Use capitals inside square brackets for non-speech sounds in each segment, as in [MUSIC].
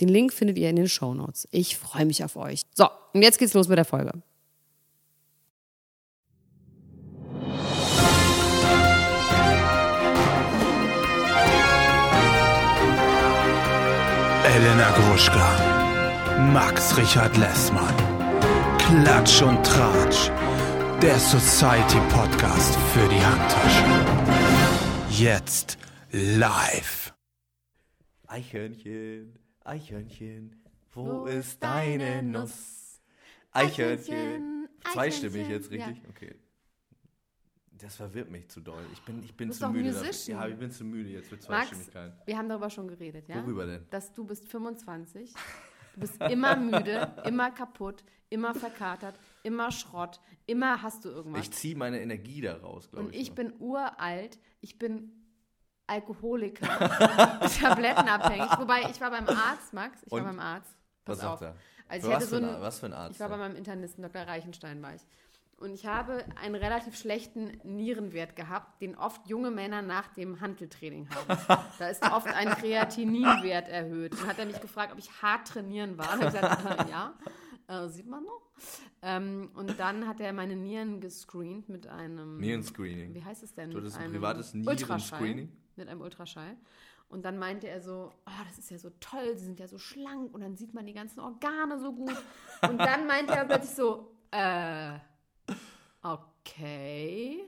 Den Link findet ihr in den Shownotes. Ich freue mich auf euch. So, und jetzt geht's los mit der Folge. Elena Gruschka, Max Richard Lessmann, Klatsch und Tratsch, der Society Podcast für die Handtasche. Jetzt live. Eichhörnchen, Eichhörnchen, wo, ist deine Nuss? Eichhörnchen. Eichhörnchen, Zweistimmig Eichhörnchen, jetzt, ja. richtig? Okay. Das verwirrt mich zu doll. Ich bin, ich bin bist zu doch müde. dafür. Musician. Ja, ich bin zu müde jetzt mit Max, Zweistimmigkeit. wir haben darüber schon geredet, ja? Worüber denn? Dass du bist 25, du bist immer müde, immer kaputt, immer verkatert, immer Schrott, immer hast du irgendwas. Ich ziehe meine Energie daraus, glaube Und ich. ich nur. bin uralt, ich bin Alkoholiker, [LAUGHS] tablettenabhängig. Wobei, ich war beim Arzt, Max, ich Und? war beim Arzt. Pass Was auf. sagt er? Also Für ich was hatte so für ein einen- Ar- was für ein Arzt Ich war bei denn? meinem Internisten, Dr. Reichenstein war ich. Und ich habe einen relativ schlechten Nierenwert gehabt, den oft junge Männer nach dem Hanteltraining haben. Da ist oft ein Kreatininwert erhöht. Und hat er mich gefragt, ob ich hart trainieren war. Und ich gesagt, äh, ja, äh, sieht man noch. Ähm, und dann hat er meine Nieren gescreent mit einem... Nierenscreening. Wie heißt es denn? Du hattest ein Einem privates Ultraschall. Nierenscreening? Mit einem Ultraschall. Und dann meinte er so, oh, das ist ja so toll, sie sind ja so schlank und dann sieht man die ganzen Organe so gut. Und dann meinte er plötzlich so, äh, okay.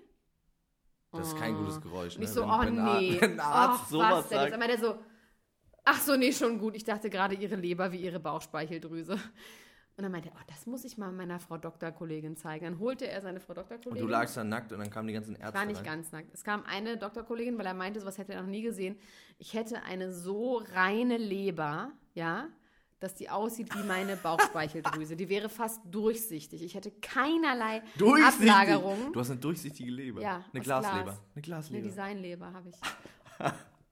Das ist kein gutes Geräusch. Und ich ne? so, wenn, oh wenn ein Ar- nee. Wenn ein Arzt Ach, sowas was denn? Jetzt sagt. meint er so, ach so, nee, schon gut. Ich dachte gerade ihre Leber wie ihre Bauchspeicheldrüse. Und dann meinte er, oh, das muss ich mal meiner Frau Doktorkollegin zeigen. Dann holte er seine Frau Und Doktorkollegin. du lagst da nackt und dann kamen die ganzen Ärzte. War nicht rein. ganz nackt. Es kam eine Doktorkollegin, weil er meinte, sowas hätte er noch nie gesehen. Ich hätte eine so reine Leber, ja, dass die aussieht wie meine Bauchspeicheldrüse. die wäre fast durchsichtig. Ich hätte keinerlei Durchsichtig. Ablagerung. Du hast eine durchsichtige Leber. Ja, eine aus Glasleber. Glas. Eine Eine Glasleber. Designleber habe ich.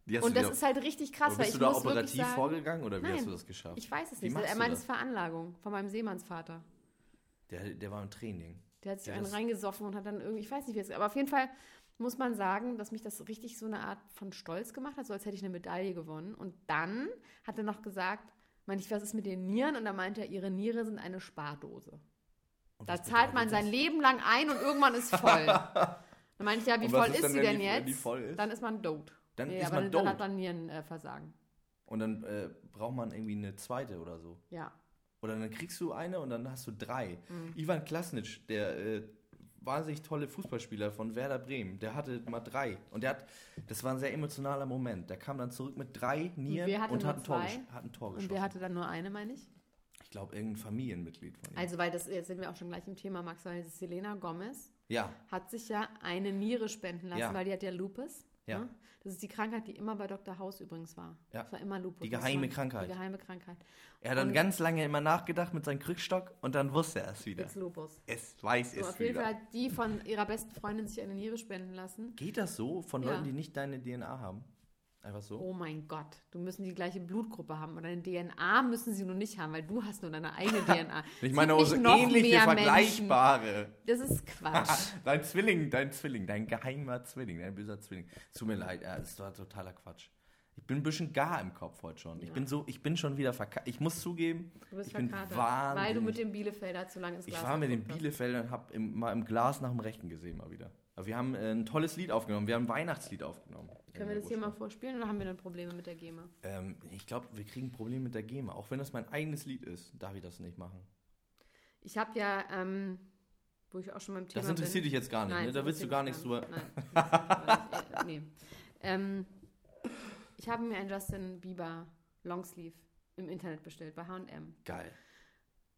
Die hast Und du das dir- ist halt richtig Aber krass, weil bist ich du da muss operativ wirklich sagen, vorgegangen oder wie Nein, hast du das geschafft? Ich weiß es wie nicht. machst Er du meinte, es das? war Anlagung von meinem Seemannsvater. Der, der war im Training. Der hat sich Ja, einen das- reingesoffen und hat dann irgendwie, ich weiß nicht, wie es aber auf jeden Fall muss man sagen, dass mich das richtig so eine Art von Stolz gemacht hat, so als hätte ich eine Medaille gewonnen. Und dann hat er noch gesagt, meinte ich, was ist mit den Nieren? Und da meinte er, ihre Niere sind eine Spardose. Und Da was zahlt man bedeutet sein das? Leben lang ein und irgendwann ist [LAUGHS] voll. Dann meinte ich, ja, wie Und was voll ist ist, denn, sie wenn denn die- wenn jetzt? die voll ist? Dann ist man dote. Dann Nee, ist aber man dann hat dote. man äh, Nierenversagen. Und dann äh, braucht man irgendwie eine zweite oder so. Ja. Oder dann kriegst du eine und dann hast du drei. Mhm. Ivan Klasnic, der äh, wahnsinnig tolle Fußballspieler von Werder Bremen, der hatte mal drei. Und der hat, das war ein sehr emotionaler Moment. Der kam dann zurück mit drei Nieren wer hatte und, nur hat, ein Tor zwei? gesch- hat ein Tor Und geschossen. wer hatte dann nur eine, meine ich? ich glaube, irgendein Familienmitglied von ihm. Also, weil das, jetzt sind wir auch schon gleich im Thema, Max, weil das ist Selena Gomez. ja, hat sich ja eine Niere spenden lassen, Ja. weil die hat ja Lupus. Ja. Ne? Das ist die Krankheit, die immer bei Dr. House übrigens war. Ja. Das war immer Lupus. Die Das geheime war Krankheit. Die geheime Krankheit. er hat dann Und- ganz lange immer nachgedacht mit seinem Krückstock und dann wusste er es wieder. Jetzt Lupus. Es weiß So, es auf jeden wieder. Fall hat die von ihrer besten Freundin sich eine Niere spenden lassen. Geht das so von Ja. Leuten, die nicht deine DNA haben? Einfach so? Oh mein Gott, du müssen die gleiche Blutgruppe haben oder eine DNA müssen sie nur nicht haben, weil du hast nur deine [LAUGHS] eigene DNA. ich Es meine, gibt aber so nicht noch ähnliche, mehr vergleichbare. Menschen. Das ist [LAUGHS] Quatsch. Dein Zwilling, dein Zwilling, dein geheimer Zwilling, dein böser Zwilling. Es Tut mir leid, ja, das war totaler Quatsch. Ich bin ein bisschen gar im Kopf heute schon. Ich bin so, ich bin schon wieder verkatert. Ich muss zugeben, Du bist ich bin verkatert, wahnsinnig. weil du mit dem Bielefelder zu lange ins Glas ich war mit den geguckt hast. Bielefeldern und habe im, mal im Glas nach dem Rechten gesehen mal wieder. Aber wir haben äh, ein tolles Lied aufgenommen. Wir haben ein Weihnachtslied aufgenommen. Können wir das hier mal vorspielen oder haben wir dann Probleme mit der GEMA? Ähm, ich glaube, wir kriegen ein Problem mit der GEMA. Auch wenn das mein eigenes Lied ist, darf ich das nicht machen. Ich habe ja, ähm, wo ich auch schon beim Thema Das interessiert bin. dich jetzt gar nicht. Nein, ne? das Da willst du gar nichts interessiert drüber. mich gar nicht. Nein, das interessiert mich gar nicht. Äh, nee. ähm, ich habe mir einen Justin Bieber Longsleeve im Internet bestellt bei H&M. Geil.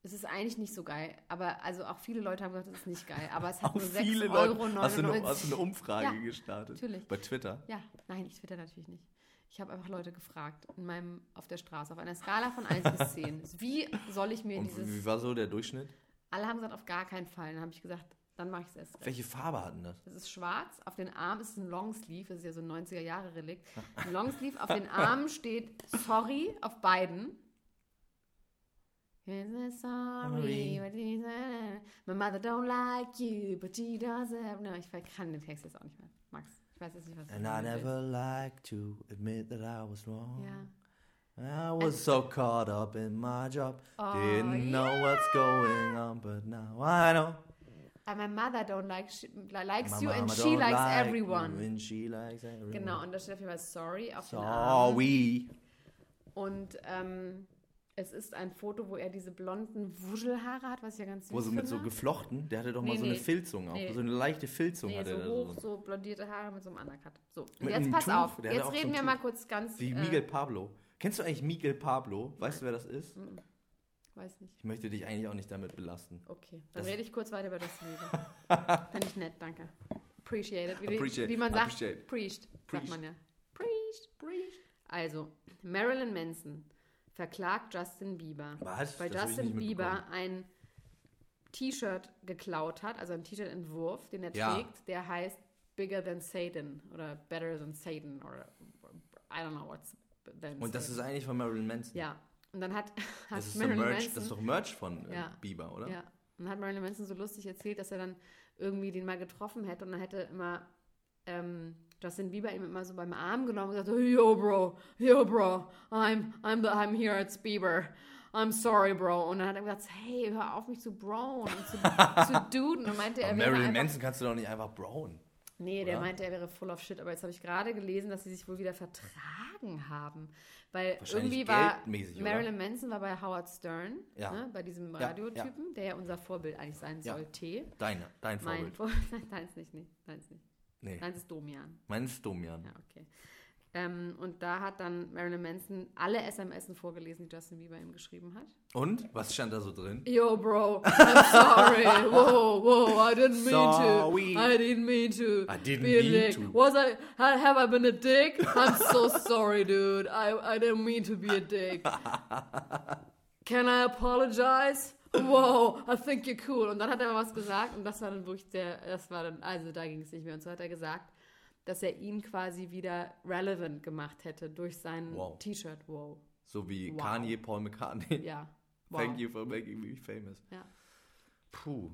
Es ist eigentlich nicht so geil, aber also auch viele Leute haben gesagt, es ist nicht geil. Aber es hat Auch nur 6,99 viele Euro. Leute. Hast du, eine, hast du eine Umfrage Ja, gestartet? natürlich. Bei Twitter. Ja, nein, ich twitter natürlich nicht. Ich habe einfach Leute gefragt in meinem, auf der Straße, auf einer Skala von 1 bis 10. Wie soll ich mir Und wie dieses. war so der Durchschnitt? Alle haben gesagt, auf gar keinen Fall. Dann habe ich gesagt, dann mache ich es erst. recht. Welche Farbe hatten das? Das ist schwarz, auf den Arm ist ein Longsleeve, das ist ja so ein 90er-Jahre-Relikt. Ein Longsleeve, auf den [LAUGHS] Armen steht Sorry auf beiden. Sorry, but she doesn't- my mother don't like you, but she doesn't. No, ich kann den Text jetzt auch nicht mehr. Max, ich weiß jetzt nicht, was du And I damit willst. never like to admit that I was wrong. Ja. I was so caught up in my job. Oh, Didn't know what's going on, but now I know. And my mother don't like she, likes My you and mama she don't likes like everyone. you And she likes everyone. oh, Genau, und da steht auf jeden Fall Sorry auf den Arm. Sorry. Und ähm, es ist ein Foto, wo er diese blonden Wuschelhaare hat, was ich ja ganz süß Wo so mit so finde. geflochten, der hatte doch mal Genau. Nee, so eine nee. Filzung auch. Nee. So eine leichte Filzung nee, hatte so er da hoch, so. so blondierte Haare mit so einem Undercut. So, und Mit jetzt einem pass Tuch, auf. der hat Jetzt auch so reden ein wir Tuch. mal kurz ganz. äh, Wie Miguel Pablo. Kennst du eigentlich Miguel Pablo? Weißt du, wer das ist? Mhm. Weiß nicht. Ich möchte dich eigentlich auch nicht damit belasten. Okay, dann Das- rede ich kurz weiter über das Video. [LAUGHS] Finde ich nett, danke. Appreciate it. Wie, Appreciate, wie man sagt, appreciate. preached, sagt Preached. man ja. Preached, preached. Also, Marilyn Manson verklagt Justin Bieber, Was? weil Das hab ich Justin nicht Bieber mitbekommen. ein T-Shirt geklaut hat, also ein T-Shirt-Entwurf, den er Ja. trägt, der heißt Bigger Than Satan oder Better Than Satan oder I don't know what's than Und das ist Satan. eigentlich von Marilyn Manson. Ja, und dann hat, [LAUGHS] hat Das ist, so Marilyn Merch, Manson... das ist doch Merch von äh, Ja. Bieber, oder? Ja. Und dann hat Marilyn Manson so lustig erzählt, dass er dann irgendwie den mal getroffen hätte und dann hätte immer ähm, Justin Bieber ihm immer so beim Arm genommen und gesagt, yo bro, yo bro, I'm, I'm, the, I'm here, it's Bieber. I'm sorry, bro. Und dann hat er gesagt, hey, hör auf mich zu brown und [LAUGHS] zu, zu duden. Und meinte, Aber er wäre Marilyn einfach, Manson kannst du doch nicht einfach brown. Nee, der oder? meinte, er wäre full of shit. Aber jetzt habe ich gerade gelesen, dass sie sich wohl wieder vertragen haben. Weil Wahrscheinlich irgendwie war geldmäßig, oder? Marilyn Manson war bei Howard Stern, Ja. ne, bei diesem ja. Radiotypen, der ja unser Vorbild eigentlich sein Ja. soll. T. Deine, Mein dein Vorbild. Vorbild. [LAUGHS] Nein, deins nicht, nee, deins nicht. Nee, Deins ist Domian. mein ist Domian. Ja, okay. Ähm, und da hat dann Marilyn Manson alle SMS vorgelesen, die Justin Bieber ihm geschrieben hat. Und? Was stand da so drin? Yo, bro, I'm [LAUGHS] sorry. Whoa, whoa, I didn't mean Sorry. to. I didn't mean to. I didn't be a mean dick. to. Was I? ha- Have I been a dick? I'm so [LAUGHS] sorry, dude. I I didn't mean to be a [LAUGHS] dick. Can I apologize? Wow, I think you're cool. Und dann hat er mal was gesagt und das war dann wirklich der, das war dann, also da ging es nicht mehr. Und so hat er gesagt, dass er ihn quasi wieder relevant gemacht hätte durch sein Wow. T-Shirt. Wow, So wie Wow. Kanye, Paul McCartney. ja. Wow. [LAUGHS] Thank you for making me famous. Ja. Puh.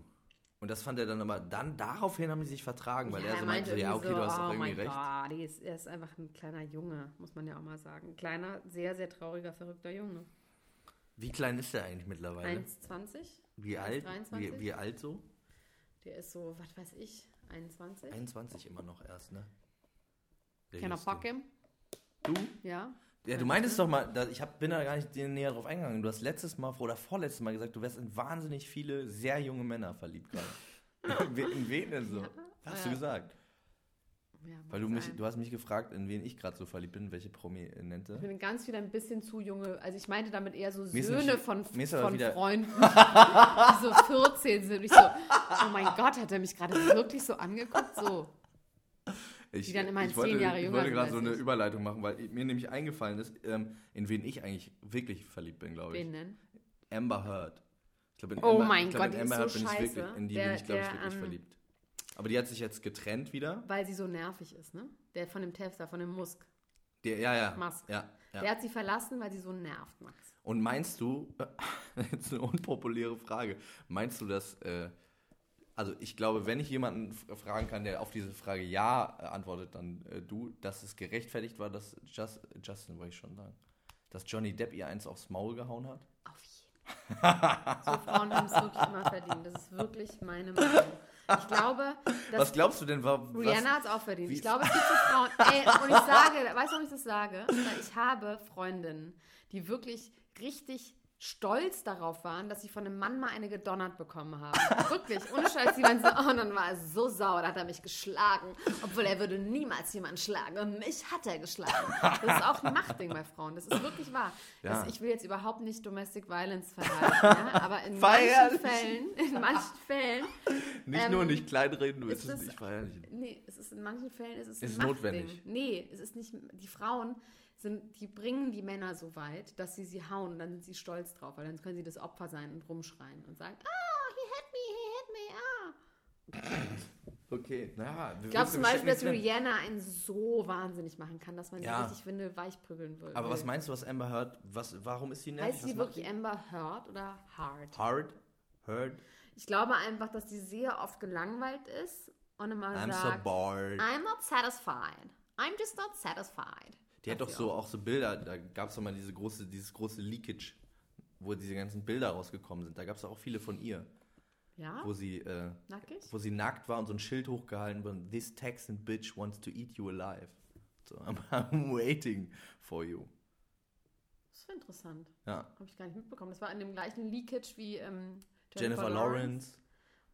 Und das fand er dann aber, dann daraufhin haben die sich vertragen, weil Ja, er so meinte, irgendwie ja, okay, du hast oh doch irgendwie mein recht. Gott, die ist, er ist einfach ein kleiner Junge, muss man ja auch mal sagen. Ein kleiner, sehr, sehr trauriger, verrückter Junge. Wie klein ist der eigentlich mittlerweile? 1,20? Wie alt? Wie, 23? wie alt so? Der ist so, was weiß ich, 21? 21 immer noch erst, ne? Der Can I Justin. fuck him? Du? Ja. ne? Ja, du meintest doch mal, da, ich hab, bin da gar nicht dir näher drauf eingegangen. Du hast letztes Mal oder vorletztes Mal gesagt, du wärst in wahnsinnig viele sehr junge Männer verliebt [LAUGHS] gerade. in, we- in wen denn so? Hast du Ja. gesagt? ja Weil du mag mich, sein. du hast mich gefragt, in wen ich gerade so verliebt bin, welche Prominente. ich bin ganz wieder ein bisschen zu junge. Also ich meinte damit eher so ist Söhne nämlich- von, mir ist aber von wieder- Freunden, die so 14 sind. Und ich so, oh mein Gott, hat er mich gerade wirklich so angeguckt? [LAUGHS] So, Ich, die dann immer ich zehn wollte, Jahre Ich jünger wollte sind gerade als so eine ich. Überleitung machen, weil mir nämlich eingefallen ist, ähm, in wen ich eigentlich wirklich verliebt bin, glaube ich. wen denn? Amber Heard. Ich glaub, in Oh Amber, mein ich glaub, Gott, in die Amber ist so Heard bin ich scheiße. wirklich, in die Der- bin ich, glaube ich, der, wirklich ähm, verliebt. Aber die hat sich jetzt getrennt wieder. Weil sie so nervig ist, ne? Der von dem Tefter, von dem Musk. Der, ja, ja. Musk. Ja, ja. Der hat sie verlassen, weil sie so nervt, Max. Und meinst du, [LAUGHS] jetzt eine unpopuläre Frage, meinst du, dass, äh, also ich glaube, wenn ich jemanden f- fragen kann, der auf diese Frage ja äh, antwortet, dann äh, du, dass es gerechtfertigt war, dass Just, Justin, wollte ich schon sagen, dass Johnny Depp ihr eins aufs Maul gehauen hat? Auf jeden Fall. so Frauen haben es wirklich immer verdient. Das ist wirklich meine Meinung. Ich glaube, was dass glaubst du denn, war, Rihanna hat es auch verdient. wie- Ich [LAUGHS] glaube, es gibt so Frauen. Ey, und ich sage, weißt du, warum ich das sage? Weil ich habe Freundinnen, die wirklich richtig stolz darauf waren, dass sie von einem Mann mal eine gedonnert bekommen [LAUGHS] haben. Wirklich, ohne Scheiß. Die waren so, oh, und dann war er so sauer, da hat er mich geschlagen. Obwohl er würde niemals jemanden schlagen. Und mich hat er geschlagen. Das ist auch ein Machtding bei Frauen. Das ist wirklich wahr. Ja. Das, ich will jetzt überhaupt nicht Domestic Violence verheiraten, ja? aber in manchen Feierlich. Fällen, in manchen Fällen Nicht Ähm, nur nicht kleinreden, du ist willst es das- nicht feierlich. Nee, es ist in manchen Fällen es ist Es es ist ein notwendig. notwendig. Nee, es ist nicht. Die Frauen sind, die bringen die Männer so weit, dass sie sie hauen und dann sind sie stolz drauf, weil dann können sie das Opfer sein und rumschreien und sagen, ah, he hit me, he hit me, ah. Okay, naja. wir Ich glaube wissen, zum wir Beispiel, dass stecken nicht drin. Rihanna einen so wahnsinnig machen kann, dass man Ja. sie richtig, finde, weichprügeln würde. Aber was meinst du, was Amber Heard, was, warum ist sie nervig? Heißt Was sie macht wirklich Amber Heard oder Hard? die? Hard? Heard? Ich glaube einfach, dass sie sehr oft gelangweilt ist und immer I'm so sagt, bored. I'm not satisfied. I'm just not satisfied. Die hat Sagt doch sie so auch so Bilder, da gab es doch mal diese große, dieses große Leakage, wo diese ganzen Bilder rausgekommen sind. Da gab es auch viele von ihr, Ja? wo sie, äh, Nackig? wo sie nackt war und so ein Schild hochgehalten wurde, This Texan bitch wants to eat you alive. So, [LAUGHS] I'm, I'm waiting for you. Das ist interessant. Ja. Habe ich gar nicht mitbekommen. Das war in dem gleichen Leakage wie ähm, Jennifer, Lawrence,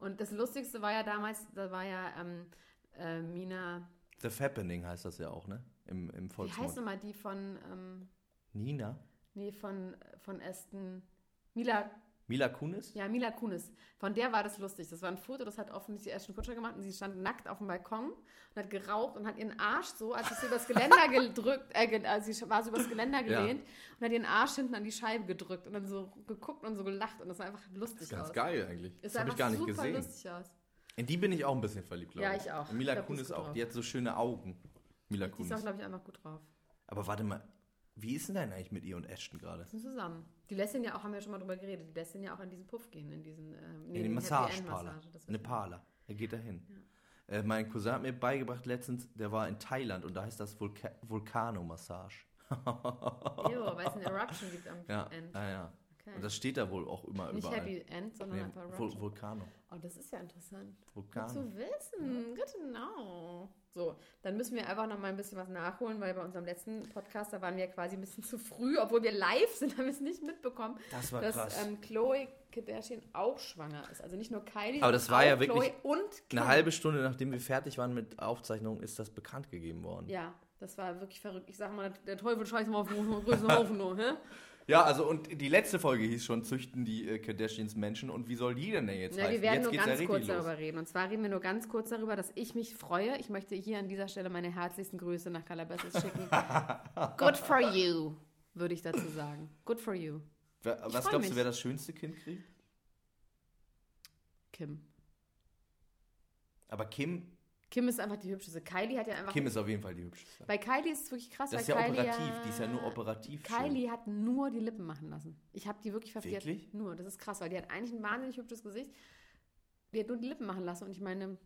Und das Lustigste war ja damals, da war ja ähm, äh, Mina, The Fappening heißt das ja auch, ne? Im, im wie heißt Volksmund. nochmal die von, ähm, Nina? nee, von, von Aston, Mila, Mila Kunis? ja, Mila Kunis. Von der war das lustig. Das war ein Foto, das hat offensichtlich Ashton Kutscher gemacht und sie stand nackt auf dem Balkon und hat geraucht und hat ihren Arsch so, als ist sie übers [LAUGHS] Geländer gedrückt, äh, ge- also sie war so übers Geländer Ja. gelehnt und hat ihren Arsch hinten an die Scheibe gedrückt und dann so geguckt und so gelacht und das sah einfach lustig Das ist ganz aus. geil eigentlich. Ist Das habe ich einfach gar nicht super gesehen. lustig aus. In die bin ich auch ein bisschen verliebt, glaube Ja, ich. ich auch. Und Mila Ich glaub, die Kunis ist gut auch. drauf. Die hat so schöne Augen. Mila Die ist auch, Kunis. glaube ich, einfach gut drauf. Aber warte mal, wie ist denn dein eigentlich mit ihr und Ashton gerade? Die sind zusammen. Die lässt ihn ja auch, haben wir ja schon mal drüber geredet, die lässt ihn ja auch in diesen Puff gehen, in diesen ähm, nee, die In den Happy End Massageparler. Massage, das Eine wissen Parler. Er geht dahin. Äh, mein Cousin hat mir beigebracht letztens, der war in Thailand und da heißt das Vulka Vulkanomassage. wir. Ew, weil es eine Eruption gibt am Ja, End. ja, ja. Okay. Und das steht da wohl auch immer Nicht überall. Happy End, sondern nee, einfach Vul Eruption. Vulkano. Oh, das ist ja interessant. Gut Vulkano. zu wissen. Good to know. So, dann müssen wir einfach noch mal ein bisschen was nachholen, weil bei unserem letzten Podcast, da waren wir quasi ein bisschen zu früh, obwohl wir live sind, [LAUGHS] haben wir es nicht mitbekommen, Das war dass krass. ähm, Chloe Kardashian auch schwanger ist. Also nicht nur Kylie, Aber das sondern war ja auch wirklich Chloe und Kim. Eine halbe Stunde, nachdem wir fertig waren mit Aufzeichnungen, ist das bekannt gegeben worden. Ja, das war wirklich verrückt. Ich sag mal, der Teufel scheißt mal auf den ne? größten Haufen nur, hä? Ja, also und die letzte Folge hieß schon, züchten die äh, Kardashians Menschen und wie soll die denn denn jetzt Ja, wir heißen? werden jetzt nur geht's ganz ja kurz richtig los. darüber reden. Und zwar reden wir nur ganz kurz darüber, dass ich mich freue. Ich möchte hier an dieser Stelle meine herzlichsten Grüße nach Calabasas [LAUGHS] schicken. Good for you, würde ich dazu sagen. Good for you, Wer, Ich was freu glaubst du, mich. wer das schönste Kind kriegt? Kim. Aber Kim, Kim ist einfach die hübscheste. Kylie hat ja einfach. Kim ist auf jeden Fall die hübscheste. bei Kylie ist es wirklich krass, Das ist ja weil Kylie operativ, die ist ja nur operativ schön. Kylie hat nur die Lippen machen lassen. Ich habe die wirklich verfehlt. Wirklich? Nur, das ist krass, weil die hat eigentlich ein wahnsinnig hübsches Gesicht. Die hat nur die Lippen machen lassen und ich meine,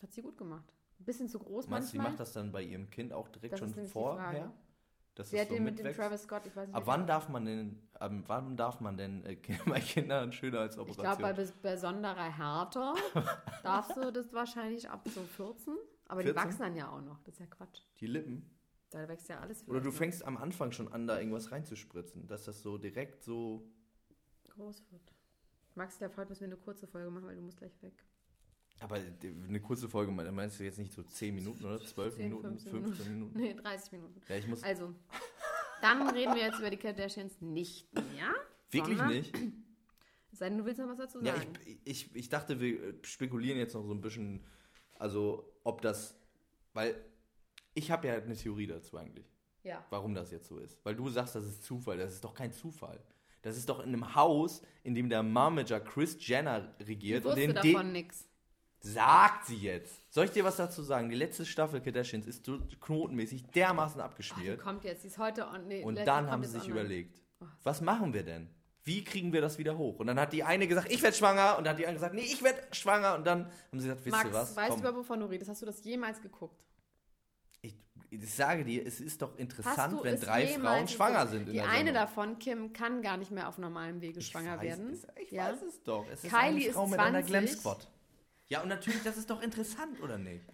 hat sie gut gemacht. Ein bisschen zu groß Meinst du, die manchmal. macht das dann bei ihrem Kind auch direkt Das ist schon nämlich die vorher? Frage. Dass Sie es hat den mit dem mitwächst? Travis Scott, ich weiß nicht. Ab wie- wann darf man denn, ab wann darf man denn äh, Kinder- [LAUGHS] bei Kindern schöner als Ich Operation? glaube, bei bes- besonderer Härte [LAUGHS] darfst du das wahrscheinlich ab so 14. Aber die 14? wachsen dann ja auch noch. Das ist ja Quatsch. die Lippen? Da wächst ja alles ne? Oder du vielleicht fängst am Anfang schon an, da irgendwas reinzuspritzen, dass das so direkt so. noch groß wird. Max, der heute müssen wir eine kurze Folge machen, weil du musst gleich weg. [LAUGHS] Aber eine kurze Folge, meinst du jetzt nicht so 10 Minuten oder 12 10, Minuten, 15 [LAUGHS] Minuten? Nee, 30 Minuten. Ja, ich muss. Also, dann reden wir jetzt über die Kardashians nicht mehr. wirklich sondern- nicht? Es Sei denn, du willst noch was dazu Ja, sagen. ich, ich, ich dachte, wir äh, spekulieren jetzt noch so ein bisschen, also ob das, weil ich habe ja eine Theorie dazu eigentlich, Ja. warum das jetzt so ist. Weil du sagst, das ist Zufall, das ist doch kein Zufall. Das ist doch in einem Haus, in dem der Marmager Chris Jenner regiert Ich wusste den davon nix. sagt sie jetzt. Soll ich dir was dazu sagen? Die letzte Staffel Kardashians ist so knotenmäßig dermaßen Die abgeschmiert kommt jetzt, die ist heute on, nee, und letztens dann kommt haben sie jetzt Oh, sich online. überlegt, was machen wir denn? Wie kriegen wir das wieder hoch? Und dann hat die eine gesagt, ich werde schwanger. Und dann hat die andere gesagt, nee, ich werde schwanger. Und dann haben sie gesagt, wisst Max, ihr was? weißt du Komm, überhaupt, wovon du redest? Hast du das jemals geguckt? ich, ich sage dir, es ist doch Hast interessant, du wenn es drei jemals Frauen schwanger geguckt? sind. in Die der eine Sendung. davon, Kim, kann gar nicht mehr auf normalem Wege schwanger ich weiß, werden. Es, ich Ja. Also weiß es doch. Es ist Kylie eine Frau ist mit einer 20. Glam Squad. Ja, und natürlich, das ist doch interessant, oder nicht?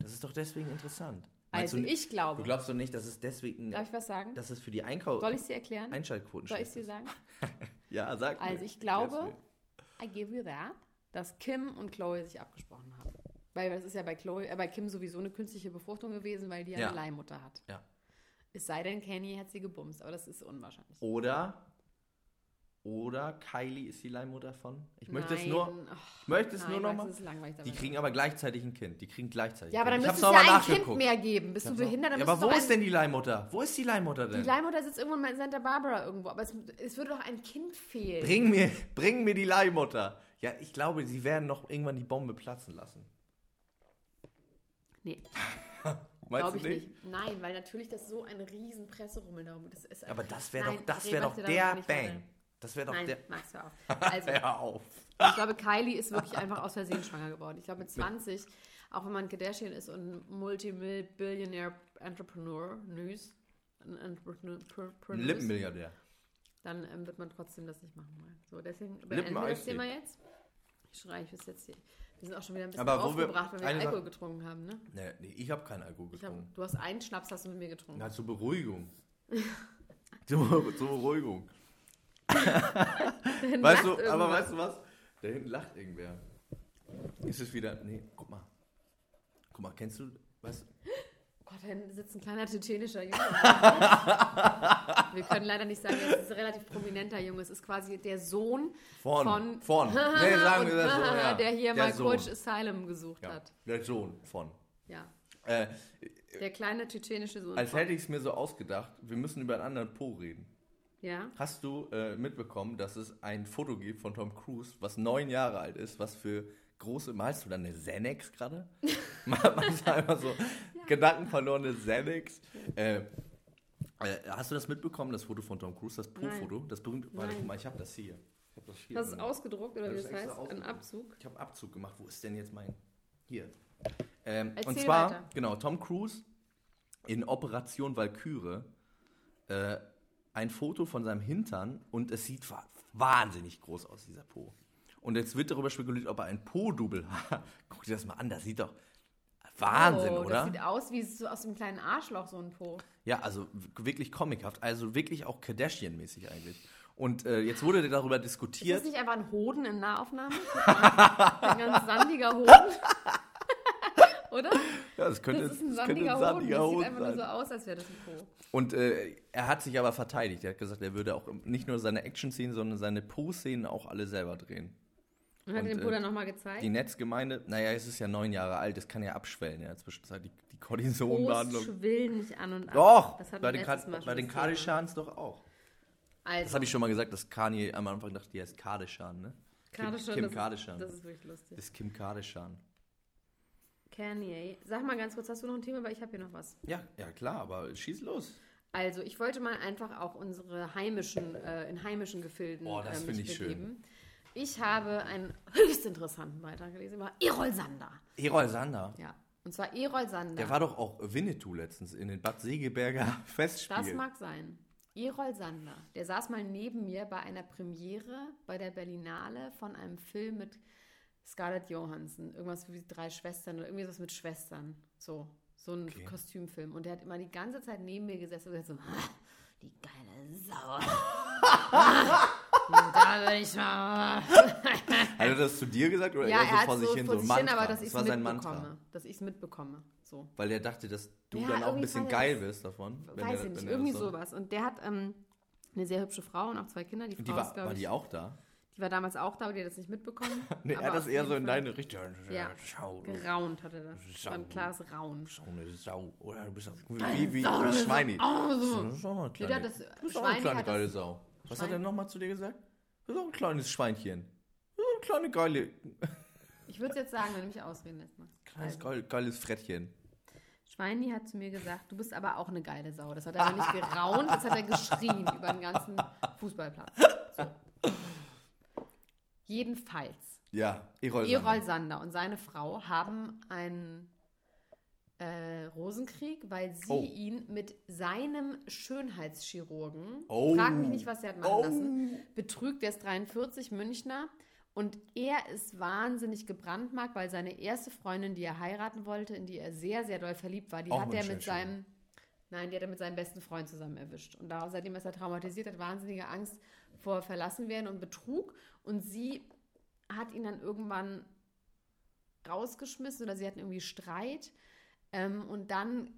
Das ist doch deswegen interessant. Meinst Also du nicht- ich glaube. Du glaubst doch nicht, dass es deswegen, Darf ich was sagen? dass es für die Einkauf Soll ich es dir erklären? Einschaltquoten Soll ich es schlecht dir ist? [LAUGHS] sagen? Ja, sag mir. Also ich glaube, Erklär's I give you that, dass Kim und Chloe sich abgesprochen haben. Weil das ist ja bei, Chloe, äh, bei Kim sowieso eine künstliche Befruchtung gewesen, weil die ja, Ja. eine Leihmutter hat. mir. Ja. Es sei denn, Kenny hat sie gebumst, aber das ist unwahrscheinlich. Oh, Oder, oder Kylie ist die Leihmutter von. Ich möchte es Nein. nur, Ach, ich möchte es nein, nur Max, nochmal. es ist langweilig Die damit. kriegen aber gleichzeitig ein Kind. Die kriegen gleichzeitig. ja, aber dann ein Kind. müsste es Ich ja hab's noch ein mal Kind nachgeguckt. mehr geben. Bist Ich hab's du noch- behindert? Dann Ja, müsste aber es wo doch ist ein, denn die Leihmutter? Wo ist die Leihmutter Die denn? Leihmutter sitzt irgendwo in Santa Barbara irgendwo, aber es, es würde doch ein Kind fehlen. bring mir, bring mir die Leihmutter. Ja, ich glaube, sie werden noch irgendwann die Bombe platzen lassen. nee, Meinst glaube du ich nicht? Nein, weil natürlich das so ein riesen Presserummel darum das ist. Aber das wäre Nein, doch, das ich wäre rede doch mit dir darüber der nicht weiter. Bang. Das wäre doch Nein, der. Max, [LAUGHS] hör auf. Also, Hör auf. ich glaube, Kylie ist wirklich einfach aus Versehen schwanger geworden. Ich glaube, mit 20, auch wenn man Kardashian ist und Multimillionaire Entrepreneur, News, ein Entrepreneur, Ein Lippenmilliardär. dann ähm, wird man trotzdem das nicht machen wollen. So, deswegen Lippen beenden wir das Eistee. Thema jetzt. Ich schreie, ich bis jetzt hier. Wir sind auch schon wieder ein bisschen Aber wo wir- aufgebracht, weil wir eine Alkohol Sache- getrunken haben, ne? Nee, nee, ich habe keinen Alkohol Ich hab, getrunken. du hast einen Schnaps, hast du mit mir getrunken. [LAUGHS] Na, zur Beruhigung. [LAUGHS] zur, zur Beruhigung. weißt du, aber weißt du was? Da hinten lacht irgendwer. Ist es wieder. Nee, guck mal. Guck mal, kennst du. Weißt, du- Oh Gott, da hinten sitzt ein kleiner tschetschenischer Junge. wir können leider nicht sagen, es ist ein relativ prominenter Junge. Es ist quasi der Sohn vorn. Von- vorn. [LAUGHS] Nee, sagen wir das so. Ja. der hier mal Sohn. Coach Asylum gesucht ja. hat. Der Sohn von. Ja. Äh, Der kleine tschetschenische Sohn. als von- hätte ich es mir so ausgedacht, wir müssen über einen anderen Po reden. ja. Hast du äh, mitbekommen, dass es ein Foto gibt von Tom Cruise, was neun Jahre alt ist, was für große, malst du da eine Xanax [LAUGHS] gerade? Mal- malst du einfach so gedankenverlorene Xanax? Äh, äh, hast du das mitbekommen, das Foto von Tom Cruise, das Po-Foto? Das berühmte, warte, Nein. guck mal, ich habe das hier. Ich habe das hier. Das ist ausgedruckt, oder Das wie ist das extra heißt? Ein ausgedruckt. Abzug. Ich habe Abzug gemacht, wo ist denn jetzt mein, hier. Ähm, und Erzähl zwar, weiter. genau, Tom Cruise in Operation Valkyrie äh, ein Foto von seinem Hintern und es sieht wa- wahnsinnig groß aus, dieser Po. Und jetzt wird darüber spekuliert, ob er ein Po-Double hat. Guck dir das mal an, das sieht doch Wahnsinn, oh, Das oder? sieht aus wie so aus dem kleinen Arschloch, so ein Po. Ja, also w- wirklich comichaft, also wirklich auch Kardashian-mäßig eigentlich. Und äh, jetzt wurde darüber Ist diskutiert. das nicht einfach ein Hoden in Nahaufnahme? [LAUGHS] ein ganz sandiger Hoden. [LAUGHS] Oder? ja, das könnte, Das ist ein das könnte sandiger, Hoden. Das sieht Hoden einfach nur sein. so aus, als wäre das ein Po. Und äh, er hat sich aber verteidigt. Er hat gesagt, er würde auch nicht nur seine Action-Szenen, sondern seine Po-Szenen auch alle selber drehen. Und hat Und, er dem äh, Bruder nochmal gezeigt? Die Netzgemeinde, naja, es ist ja neun Jahre alt, das kann ja abschwellen in der Zwischenzeit, die, die Kortisonbehandlung. schwillen nicht an und ab. Doch, das hatten bei wir den, letztes Ka- Mal schon ne? bei den das Thema. Kardashans doch auch. Das Also, habe ich schon mal gesagt, dass Kanye am Anfang dachte, die heißt Kardashian, ne? Kardashian, das Kim, Kim ist- Kardashian. Das Das ist wirklich lustig. ist Kim Kardashian. Kanye. Sag mal ganz kurz, hast du noch ein Thema? Weil ich habe hier noch was. Ja, ja klar, aber schieß los. Also, ich wollte mal einfach auch unsere heimischen, äh, in heimischen Gefilden Oh, das äh, finde mich ich schön. begeben. Ich habe einen [LAUGHS] höchst interessanten Beitrag gelesen über Erol Sander. Erol Sander, Ja. Und zwar Erol Sander. der war doch auch Winnetou letztens in den Bad Segeberger [LAUGHS] Festspielen. das mag sein. Erol Sander, der saß mal neben mir bei einer Premiere bei der Berlinale von einem Film mit Scarlett Johansson. Irgendwas wie drei Schwestern oder irgendwie was mit Schwestern. So, so ein Okay. Kostümfilm. Und der hat immer die ganze Zeit neben mir gesessen und gesagt so, [LAUGHS] die geile Sau. [LAUGHS] da würde ich [LAUGHS] mal... Hat er das zu dir gesagt oder Ja, eher so er hat vor sich hin so ein Mantra? aber dass ich es das war sein Mantra, mitbekomme. Dass ich es mitbekomme. So. weil er dachte, dass du Ja, dann auch ein irgendwie bisschen fand er geil das- wirst davon. wenn Weiß er- ich wenn nicht, er irgendwie das so- sowas. Und der hat ähm, eine sehr hübsche Frau und auch zwei Kinder. Die Frau Und die ist, war, glaube war ich, die auch da? die war damals auch da, aber die hat das nicht mitbekommen. [LAUGHS] Nee, er Aber hat das auf eher jeden so in Fall deine Richtung. Ja. Schau, du Geraunt hat er das. So Sau. ein klares Rauen. bist auch eine Sau. Oder du bist auch wie, wie, wie Schweini. Oh, Du bist auch eine Jeder kleine- das- du bist auch eine Schweini kleine hat das- geile Sau. Was hat Schwein- er nochmal zu dir gesagt? Du bist auch ein kleines Schweinchen. Du bist auch ein kleine geile, Ich würde es jetzt sagen, wenn du mich ausreden lässt, Max. kleines, Also, geil- geiles Frettchen. Schweini hat zu mir gesagt, du bist aber auch eine geile Sau. Das hat er aber nicht geraunt, das hat er geschrien über den ganzen Fußballplatz. So. Jedenfalls. Ja, Erol Sander. Erol Sander und seine Frau haben einen äh, Rosenkrieg, weil sie Oh. ihn mit seinem Schönheitschirurgen, Oh. frag mich nicht, was er hat machen Oh. lassen, betrügt, der ist 43, Münchner, Und er ist wahnsinnig gebrandmarkt, weil seine erste Freundin, die er heiraten wollte, in die er sehr, sehr doll verliebt war, die Auch hat mit er mit Schönschön. seinem, nein, die hat er mit seinem besten Freund zusammen erwischt. Und da, seitdem ist er traumatisiert, hat wahnsinnige Angst vor verlassen werden und Betrug. Und sie hat ihn dann irgendwann rausgeschmissen oder sie hatten irgendwie Streit. Ähm, und dann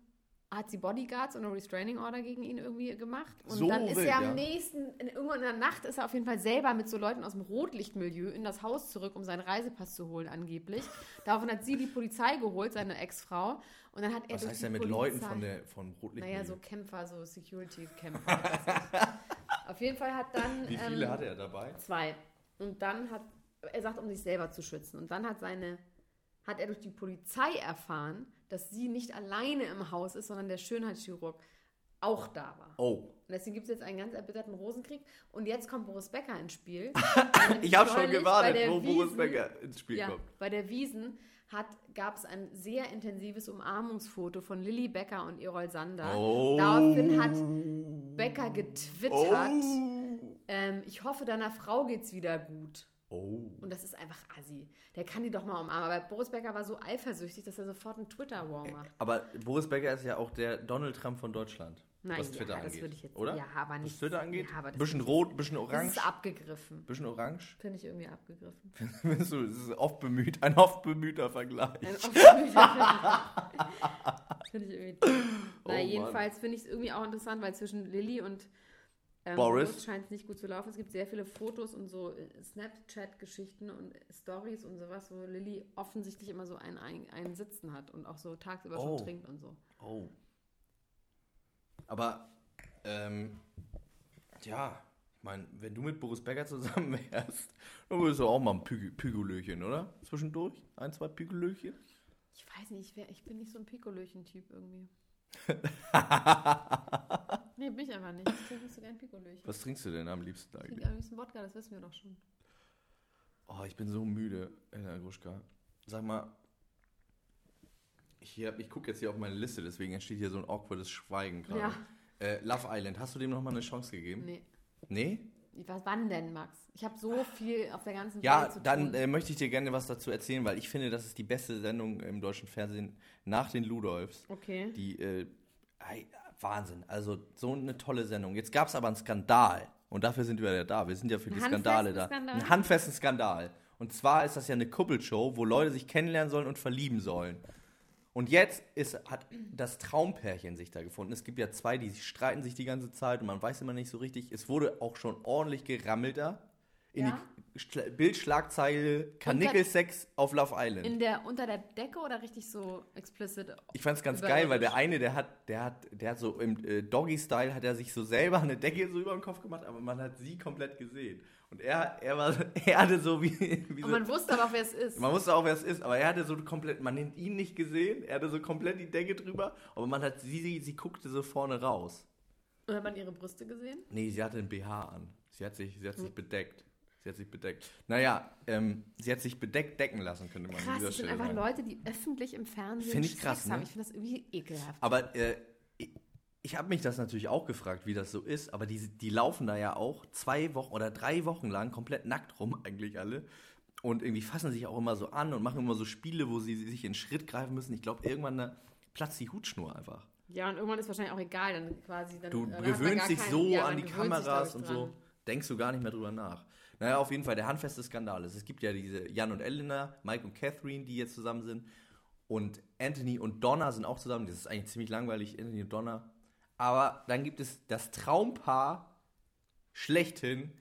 hat sie Bodyguards und eine Restraining Order gegen ihn irgendwie gemacht. Und So dann ist wild, er am ja. nächsten, in, irgendwann in der Nacht ist er auf jeden Fall selber mit so Leuten aus dem Rotlichtmilieu in das Haus zurück, um seinen Reisepass zu holen, [LAUGHS] angeblich. Daraufhin hat sie die Polizei geholt, seine Ex-Frau. Und dann hat er Was durch heißt die denn mit Polizei Leuten von der von Rotlicht? Naja, so Kämpfer, so Security-Kämpfer. weiß [LAUGHS] ich. auf jeden Fall hat dann. Wie viele ähm, hatte er dabei? Zwei. Und dann hat, er sagt, um sich selber zu schützen. Und dann hat seine, hat er durch die Polizei erfahren, dass sie nicht alleine im Haus ist, sondern der Schönheitschirurg auch da war. Oh. Und deswegen gibt es jetzt einen ganz erbitterten Rosenkrieg. Und jetzt kommt Boris Becker ins Spiel. Ich habe schon Neulich bei gewartet, der wo Boris Wiesn- Becker ins Spiel Ja, kommt. bei der Wiesen gab es ein sehr intensives Umarmungsfoto von Lilly Becker und Erol Sander. Oh. Daraufhin hat Becker getwittert, Oh. ähm, ich hoffe, deiner Frau geht's wieder gut. Oh. Und das ist einfach assi. Der kann die doch mal umarmen. Aber Boris Becker war so eifersüchtig, dass er sofort einen Äh, Twitter-War macht. Aber Boris Becker ist ja auch der Donald Trump von Deutschland. Nein, was ja, Twitter das angeht. würde ich jetzt- oder? ja, aber Was nicht- Twitter angeht? ja, aber das- bisschen rot, bisschen Das orange. ist abgegriffen. bisschen orange. [LAUGHS] Finde ich irgendwie abgegriffen. Findest du, es ist oft bemüht, ein oft bemühter Vergleich. [LAUGHS] Ein Finde ich irgendwie. [LAUGHS] Na, Oh Mann. jedenfalls finde ich es irgendwie auch interessant, weil zwischen Lilly und ähm, Boris. scheint es nicht gut zu laufen. Es gibt sehr viele Fotos und so äh, Snapchat-Geschichten und äh, Stories und sowas, wo Lilly offensichtlich immer so einen, einen, einen Sitzen hat und auch so tagsüber Oh. schon trinkt und so. Oh. Aber, ähm, ja, ich meine, wenn du mit Boris Becker zusammen [LAUGHS] wärst, dann würdest du auch mal ein Pü Pügelöchen, oder? Zwischendurch? Ein, zwei Pügelöchen? Ich weiß nicht, ich, wär, ich bin nicht so ein Pikolöchen-Typ [LAUGHS] irgendwie. nee, bin ich einfach nicht. Ich trinke nicht so gern Pikolöchen. Was trinkst du denn am liebsten Ich eigentlich? trinke am liebsten Wodka, das wissen wir doch schon. Oh, ich bin so müde, Elena Gruschka. Sag mal, hier, ich gucke jetzt hier auf meine Liste, deswegen entsteht hier so ein awkwardes Schweigen gerade. Ja. Äh, Love Island, hast du dem nochmal eine Chance gegeben? Nee. Nee? Was wann denn, Max? Ich habe so viel auf der ganzen Ah. Ja, Welt zu dann tun. äh, möchte ich dir gerne was dazu erzählen, weil ich finde, das ist die beste Sendung im deutschen Fernsehen nach den Ludolfs. okay. Die, äh, ei, Wahnsinn, also so eine tolle Sendung. Jetzt gab es aber einen Skandal und dafür sind wir ja da. Wir sind ja für die Einen Skandale da. handfesten Skandal? Einen handfesten Skandal. Und zwar ist das ja eine Kuppelshow, wo Leute sich kennenlernen sollen und verlieben sollen. Und jetzt ist, hat das Traumpärchen sich da gefunden. Es gibt ja zwei, die streiten sich die ganze Zeit und man weiß immer nicht so richtig. Es wurde auch schon ordentlich gerammelt da. In Ja. die Schla- Bildschlagzeile Kanickelsex auf Love Island. In der, unter der Decke oder richtig so explicit? Ich fand's ganz Überall. geil, weil der eine, der hat, der hat, der hat so im äh, Doggy-Style hat er sich so selber eine Decke so über den Kopf gemacht, aber man hat sie komplett gesehen. Und er, er war, [LAUGHS] er hatte so wie, wie so, Und man wusste aber, wer es ist. man wusste auch, wer es ist, aber er hatte so komplett, man hat ihn nicht gesehen, er hatte so komplett die Decke drüber, aber man hat sie, sie, sie guckte so vorne raus. Und hat man ihre Brüste gesehen? Nee, sie hatte einen BH an. Sie hat sich, sie hat sich Hm. bedeckt. Sie hat sich bedeckt. Naja, ähm, sie hat sich bedeckt decken lassen, könnte man an Krass, dieser das sind Stelle einfach sagen. Leute, die öffentlich im Fernsehen Find ich krass, Sex haben. ne? Ich finde das irgendwie ekelhaft. Aber äh, ich, ich habe mich das natürlich auch gefragt, wie das so ist. Aber die, die laufen da ja auch zwei Wochen oder drei Wochen lang komplett nackt rum, eigentlich alle. Und irgendwie fassen sich auch immer so an und machen immer so Spiele, wo sie, sie sich in Schritt greifen müssen. Ich glaube, irgendwann da platzt die Hutschnur einfach. Ja, und irgendwann ist wahrscheinlich auch egal, dann quasi. Dann, Du dann hat man gewöhnst gar dich keinen- so ja, an man die gewöhnt sich, Kameras glaub und ich, so, dran. denkst du gar nicht mehr drüber nach. Naja, auf jeden Fall, der handfeste Skandal ist. Es gibt ja diese Jan und Elena, Mike und Catherine, die jetzt zusammen sind. Und Anthony und Donna sind auch zusammen. Das ist eigentlich ziemlich langweilig, Anthony und Donna. Aber dann gibt es das Traumpaar schlechthin,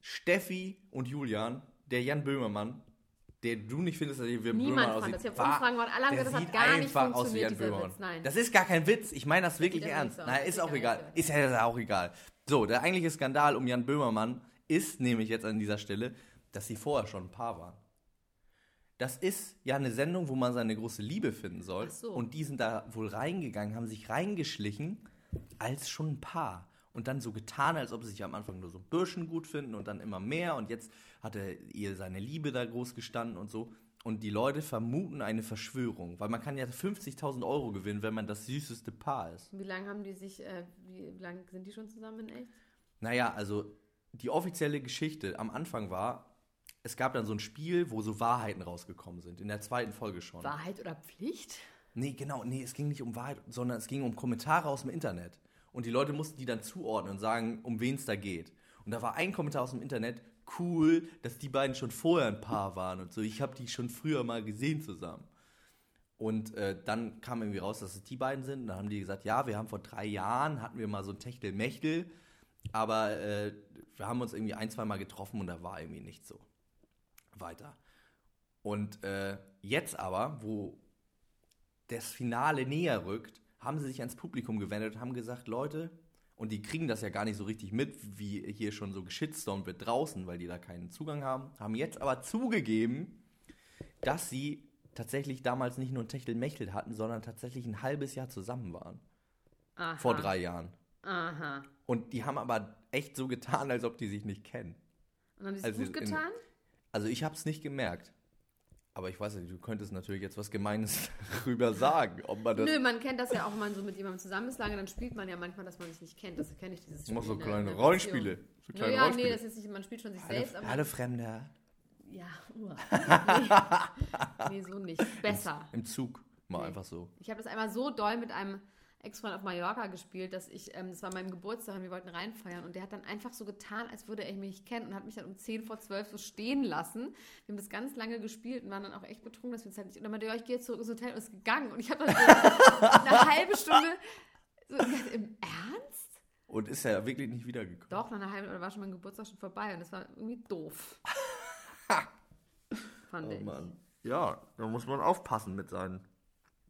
Steffi und Julian, der Jan Böhmermann, der du nicht findest, dass er wie ein Niemand Böhmermann fand aussieht. das. Ich hab War- Umfragen gemacht, alle haben der gesagt, das hat sieht gar nicht einfach aus wie funktioniert, Jan dieser Böhmermann. Witz. Nein. Das das ist gar kein Witz. Ich meine das wirklich Sieht aber nicht ernst. so aus. Nein, ist Sieht auch aber egal. nicht so Ist ja auch egal. So, der eigentliche Skandal um Jan Böhmermann ist nämlich jetzt an dieser Stelle, dass sie vorher schon ein Paar waren. Das ist ja eine Sendung, wo man seine große Liebe finden soll. Ach so. Und die sind da wohl reingegangen, haben sich reingeschlichen als schon ein Paar. Und dann so getan, als ob sie sich am Anfang nur so ein bisschen gut finden und dann immer mehr. Und jetzt hatte ihr seine Liebe da groß gestanden und so. Und die Leute vermuten eine Verschwörung, weil man kann ja 50.000 Euro gewinnen, wenn man das süßeste Paar ist. Wie lange haben die sich, äh, wie, wie lange sind die schon zusammen in echt? Naja, also die offizielle Geschichte am Anfang war, es gab dann so ein Spiel, wo so Wahrheiten rausgekommen sind. In der zweiten Folge schon. Wahrheit oder Pflicht? Nee, genau, nee, es ging nicht um Wahrheit, sondern es ging um Kommentare aus dem Internet. Und die Leute mussten die dann zuordnen und sagen, um wen es da geht. Und da war ein Kommentar aus dem Internet, cool, dass die beiden schon vorher ein Paar waren und so. Ich habe die schon früher mal gesehen zusammen. Und äh, dann kam irgendwie raus, dass es die beiden sind. Und dann haben die gesagt, ja, wir haben vor drei Jahren, hatten wir mal so ein Techtelmechtel, aber äh, wir haben uns irgendwie ein, zwei Mal getroffen und da war irgendwie nichts so weiter. Und äh, jetzt aber, wo das Finale näher rückt, haben sie sich ans Publikum gewendet und haben gesagt, Leute, und die kriegen das ja gar nicht so richtig mit, wie hier schon so geschitstormt wird draußen, weil die da keinen Zugang haben, haben jetzt aber zugegeben, dass sie tatsächlich damals nicht nur ein Techtelmechtel hatten, sondern tatsächlich ein halbes Jahr zusammen waren. Aha. Vor drei Jahren. Aha. Und die haben aber echt so getan, als ob die sich nicht kennen. Und haben sie es Also gut in- getan? Also ich habe es nicht gemerkt. Aber ich weiß nicht, du könntest natürlich jetzt was Gemeines [LAUGHS] darüber sagen, ob man das... Nö, man kennt das ja auch, wenn man so mit jemandem zusammen ist lange, dann spielt man ja manchmal, dass man sich nicht kennt. Das kenne ich dieses Ich mach Spiel so in der- kleine in der Rollenspiele. Beziehung. So kleine Nö, ja, Rollenspiele. nee, das ist nicht, man spielt schon sich Hallo, selbst, aber hallo Fremder. ja, uah. [LAUGHS] nee. nee, so [LAUGHS] nicht. Besser. Im Zug. Mal Nee. einfach so. Ich habe das einmal so doll mit einem Ex-Freund auf Mallorca gespielt, dass ich, ähm, das war mein Geburtstag und wir wollten reinfeiern und der hat dann einfach so getan, als würde er mich kennen und hat mich dann um 10 vor 12 so stehen lassen. Wir haben das ganz lange gespielt und waren dann auch echt betrunken, dass wir uns halt nicht, und dann meinte er, ja, ich gehe jetzt zurück ins Hotel und ist gegangen und ich habe dann so eine [LAUGHS] halbe Stunde so, gesagt, im Ernst? Und ist ja wirklich nicht wiedergekommen. Doch, nach einer halben Stunde war schon mein Geburtstag schon vorbei und das war irgendwie [LAUGHS] doof. Fand Oh ich. Mann. Ja, da muss man aufpassen mit seinen,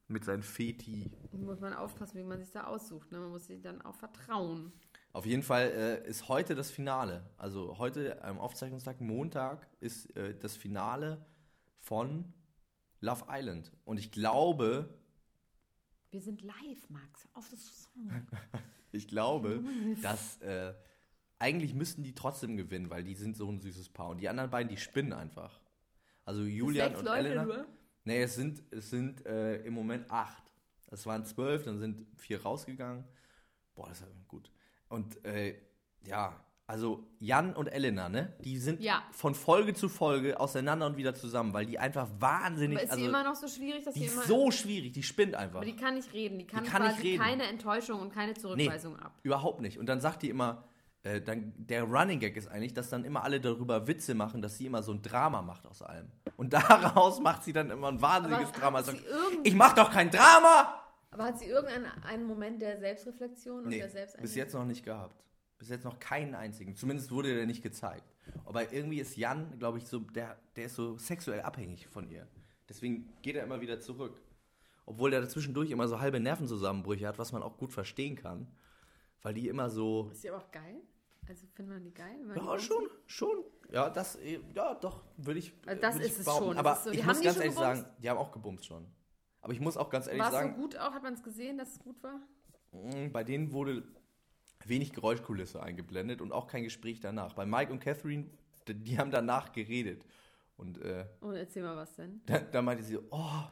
mit seinen Feti. Muss man aufpassen, wie man sich da aussucht. Ne? Man muss sich dann auch vertrauen. Auf jeden Fall äh, ist heute das Finale. Also heute am Aufzeichnungstag, Montag, ist äh, das Finale von Love Island. Und ich glaube, Wir sind live, Max. Auf das ich glaube, dass äh, eigentlich müssten die trotzdem gewinnen, weil die sind so ein süßes Paar. Und die anderen beiden, die spinnen einfach. Also Julian Sechs und Leute Elena. nur. Nee, es sind, es sind äh, im Moment acht. Es waren zwölf, dann sind vier rausgegangen. Boah, das ist ja gut. Und äh, ja, also Jan und Elena, ne? Die sind Ja. von Folge zu Folge auseinander und wieder zusammen, weil die einfach wahnsinnig. Aber ist also, sie immer noch so schwierig, dass die sie immer. ist so schwierig, die spinnt einfach. aber die kann nicht reden. Die kann, kann nicht quasi reden. keine Enttäuschung und keine Zurückweisung ab. Überhaupt nicht. Und dann sagt die immer, äh, dann, der Running Gag ist eigentlich, dass dann immer alle darüber Witze machen, dass sie immer so ein Drama macht aus allem. Und [LAUGHS] daraus macht sie dann immer ein wahnsinniges Aber Drama. hat sie Sagt, irgend- ich mach doch kein Drama! Aber hat sie irgendeinen einen Moment der Selbstreflexion und der Selbst bis jetzt noch nicht gehabt. Bis jetzt noch keinen einzigen. Zumindest wurde der nicht gezeigt. Aber irgendwie ist Jan, glaube ich, so, der, der ist so sexuell abhängig von ihr. Deswegen geht er immer wieder zurück. Obwohl er zwischendurch immer so halbe Nervenzusammenbrüche hat, was man auch gut verstehen kann. Weil die immer so. Ist sie aber auch geil? Also findet man die geil? wenn man die Ja, aussieht? schon, schon. Ja, das, äh, ja, doch, würde ich. Also das würd ich ist es behaupten. schon. Das Aber ist so, die ich haben muss die ganz schon ehrlich gebumst? sagen, die haben auch gebumst schon. Aber ich muss auch ganz ehrlich War es so sagen, gut auch? Hat man es gesehen, dass es gut war? Mm, Bei denen wurde wenig Geräuschkulisse eingeblendet und auch kein Gespräch danach. Bei Mike und Catherine, d- die haben danach geredet. Und äh, [LAUGHS] Und Oh, erzähl mal was denn. da, da meinte sie, oh,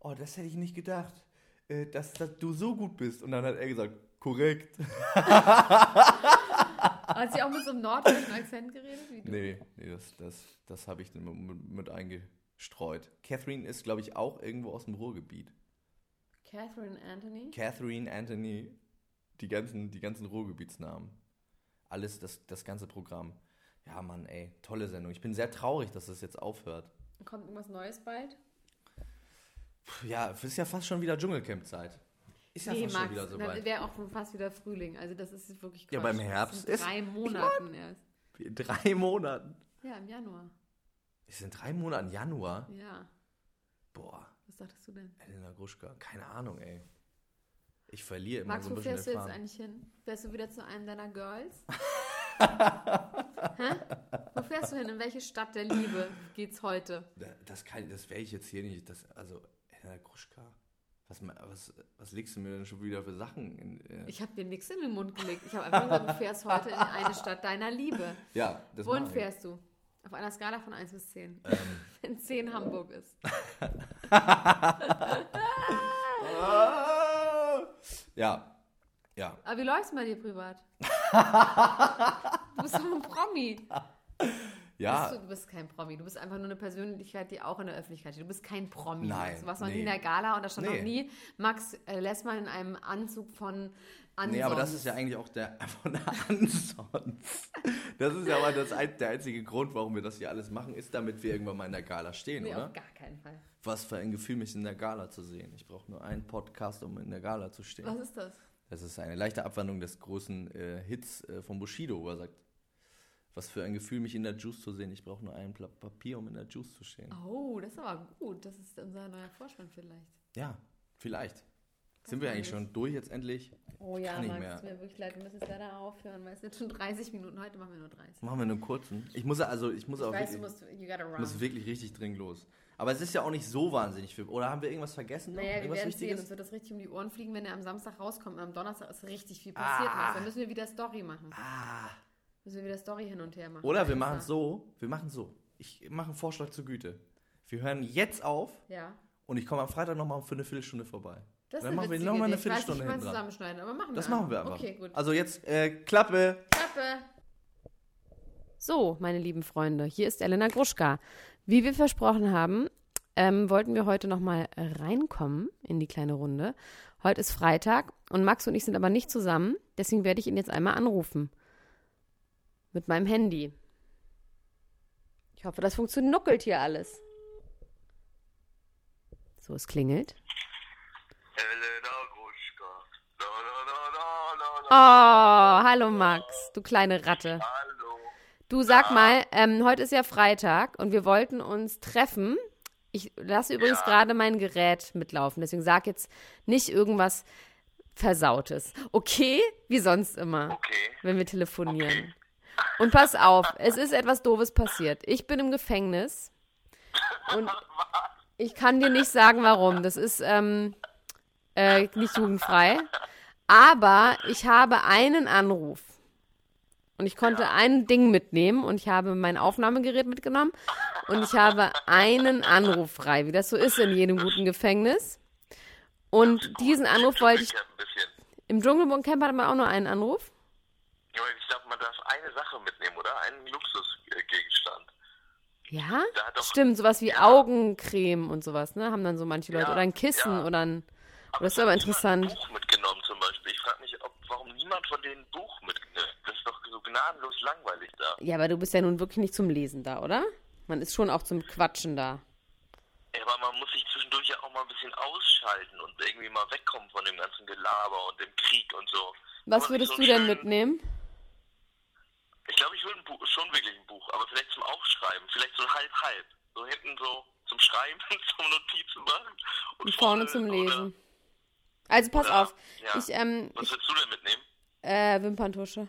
oh, das hätte ich nicht gedacht, äh, dass, dass du so gut bist. Und dann hat er gesagt, korrekt. [LAUGHS] Hat sie auch mit so einem norddeutschen Akzent geredet? Wie du? Nee, nee das, das, das habe ich dann mit, mit eingestreut. Catherine ist, glaube ich, auch irgendwo aus dem Ruhrgebiet. Catherine Anthony? Catherine, Anthony, die ganzen, die ganzen Ruhrgebietsnamen. Alles, das, das ganze Programm. Ja, Mann, ey, tolle Sendung. Ich bin sehr traurig, dass das jetzt aufhört. Kommt irgendwas Neues bald? Puh, Ja, es ist ja fast schon wieder Dschungelcamp-Zeit. Ist ja fast schon wieder so dann weit. wäre auch schon fast wieder Frühling. Also das ist wirklich Quatsch. Ja, beim Das Herbst sind ist- drei ich Monaten erst. In drei [LAUGHS] Monaten. Ja, im Januar. Es sind drei Monaten Januar. Ja. Boah, Was dachtest du denn? Elena Gruschka, keine Ahnung, ey. Ich verliere immer Max, so ein wo bisschen fährst du den jetzt Faden. eigentlich hin? Fährst du wieder zu einem deiner [LAUGHS] Girls? Hä? Wo fährst du hin? In welche Stadt der Liebe geht's heute? Da- Das, kann- das wäre ich jetzt hier nicht. Das, also, Elena Gruschka, was, me- was, was legst du mir denn schon wieder für Sachen in, äh, in, Ich habe dir nichts in den Mund gelegt. Ich habe einfach nur gesagt, du fährst heute in eine Stadt deiner Liebe. Ja, das Wohin mache ich. Ähm. fährst du? Auf einer Skala von 1 bis 10. [LAUGHS] Wenn 10 Hamburg ist. Ah! Ja, ja. Aber wie [LAUGHS] läuft's bei dir privat? du bist doch ein Promi. Ja, Bist du, du bist kein Promi. Du bist einfach nur eine Persönlichkeit, die auch in der Öffentlichkeit steht. Du bist kein Promi. Nein, Du warst noch nee. nie in der Gala und da stand Nee. noch nie Max äh, Lessmann in einem Anzug von Ansons. Nee, aber das ist ja eigentlich auch der [LAUGHS] von ansonst. Das ist ja aber das, ein- der einzige Grund, warum wir das hier alles machen, ist, damit wir irgendwann mal in der Gala stehen, Nee, oder? auf gar keinen Fall. Was für ein Gefühl, mich in der Gala zu sehen. Ich brauche nur einen Podcast, um in der Gala zu stehen. Was ist das? Das ist eine leichte Abwandlung des großen äh, Hits äh, von Bushido, wo er sagt, was für ein Gefühl, mich in der Juice zu sehen. Ich brauche nur ein Blatt Papier, um in der Juice zu stehen. Oh, das ist aber gut. Das ist unser neuer Vorspann vielleicht. Ja, vielleicht. Sind wir eigentlich schon durch jetzt endlich? Oh Ich ja, kann nicht Max, mehr. tut mir wirklich leid. Wir müssen jetzt leider aufhören, weil es sind schon 30 Minuten. Heute machen wir nur 30. Machen wir einen kurzen. Ich muss ja- also, ich muss Ich auch weiß, du wirklich- musst, you gotta run. muss wirklich richtig dringend los. Aber es ist ja auch nicht so wahnsinnig viel. Oder haben wir irgendwas vergessen? noch? Naja, wir irgendwas werden sehen. Uns Wichtiges? wird das richtig um die Ohren fliegen, wenn er am Samstag rauskommt. Und am Donnerstag ist richtig viel passiert. Max. Dann müssen wir wieder Story machen. Ah. Müssen wir wieder Story hin und her machen. Oder wir Einfach. machen es so. Wir machen so. Ich mache einen Vorschlag zur Güte. Wir hören jetzt auf Ja. und ich komme am Freitag nochmal für eine Viertelstunde vorbei. Das dann ist machen wir witzige nochmal eine Idee. Ich weiß nicht, Viertelstunde wie man hin dran. zusammenschneiden, aber machen wir. Das machen wir einfach. Okay, gut. Also jetzt äh, Klappe. Klappe. So, meine lieben Freunde, hier ist Elena Gruschka. Wie wir versprochen haben, ähm, wollten wir heute nochmal reinkommen in die kleine Runde. Heute ist Freitag und Max und ich sind aber nicht zusammen, deswegen werde ich ihn jetzt einmal anrufen. Mit meinem Handy. Ich hoffe, das funktioniert nuckelt hier alles. So, es klingelt. Elena Gruschka. La, la, la, la, la, la. Oh, hallo Max, du kleine Ratte. Hallo. Du sag mal, ähm, heute ist ja Freitag und wir wollten uns treffen. Ich lasse übrigens gerade mein Gerät mitlaufen, deswegen sag jetzt nicht irgendwas Versautes. Okay, wie sonst immer, Okay. wenn wir telefonieren. Und pass auf, es ist etwas Doofes passiert. Ich bin im Gefängnis und ich kann dir nicht sagen, warum. Das ist ähm, äh, nicht jugendfrei. Aber ich habe einen Anruf. Und ich konnte ein Ding mitnehmen und ich habe mein Aufnahmegerät mitgenommen und ich habe einen Anruf frei, wie das so ist in jedem guten Gefängnis. Und diesen Anruf wollte ich. Ich hab ein bisschen. Im Dschungelbunkencamp hatte man auch nur einen Anruf. Ja, aber Ich glaube, man darf eine Sache mitnehmen, oder? Einen Luxusgegenstand. Ja? Da hat doch- Stimmt, sowas wie Augencreme und sowas, ne? Haben dann so manche Leute. Ja, Oder ein Kissen ja. oder ein. Oder das ist aber Ein interessant. Buch mitgenommen zum Beispiel. Ich frage mich, ob, warum niemand von denen ein Buch mitnimmt. Das ist doch so gnadenlos langweilig da. Ja, aber du bist ja nun wirklich nicht zum Lesen da, oder? Man ist schon auch zum Quatschen da. Ja, aber man muss sich zwischendurch ja auch mal ein bisschen ausschalten und irgendwie mal wegkommen von dem ganzen Gelaber und dem Krieg und so. Was Kann man nicht würdest so du denn schön- mitnehmen? Ich glaube, ich würde ein Buch, schon wirklich ein Buch, aber vielleicht zum Aufschreiben, vielleicht so halb-halb. So hinten so zum Schreiben, [LAUGHS] zum Notizen machen. Und um vorne zum oder- Lesen. Also pass Ja, auf. ja. Ich, ähm, Was würdest du denn mitnehmen? Äh, Wimperntusche.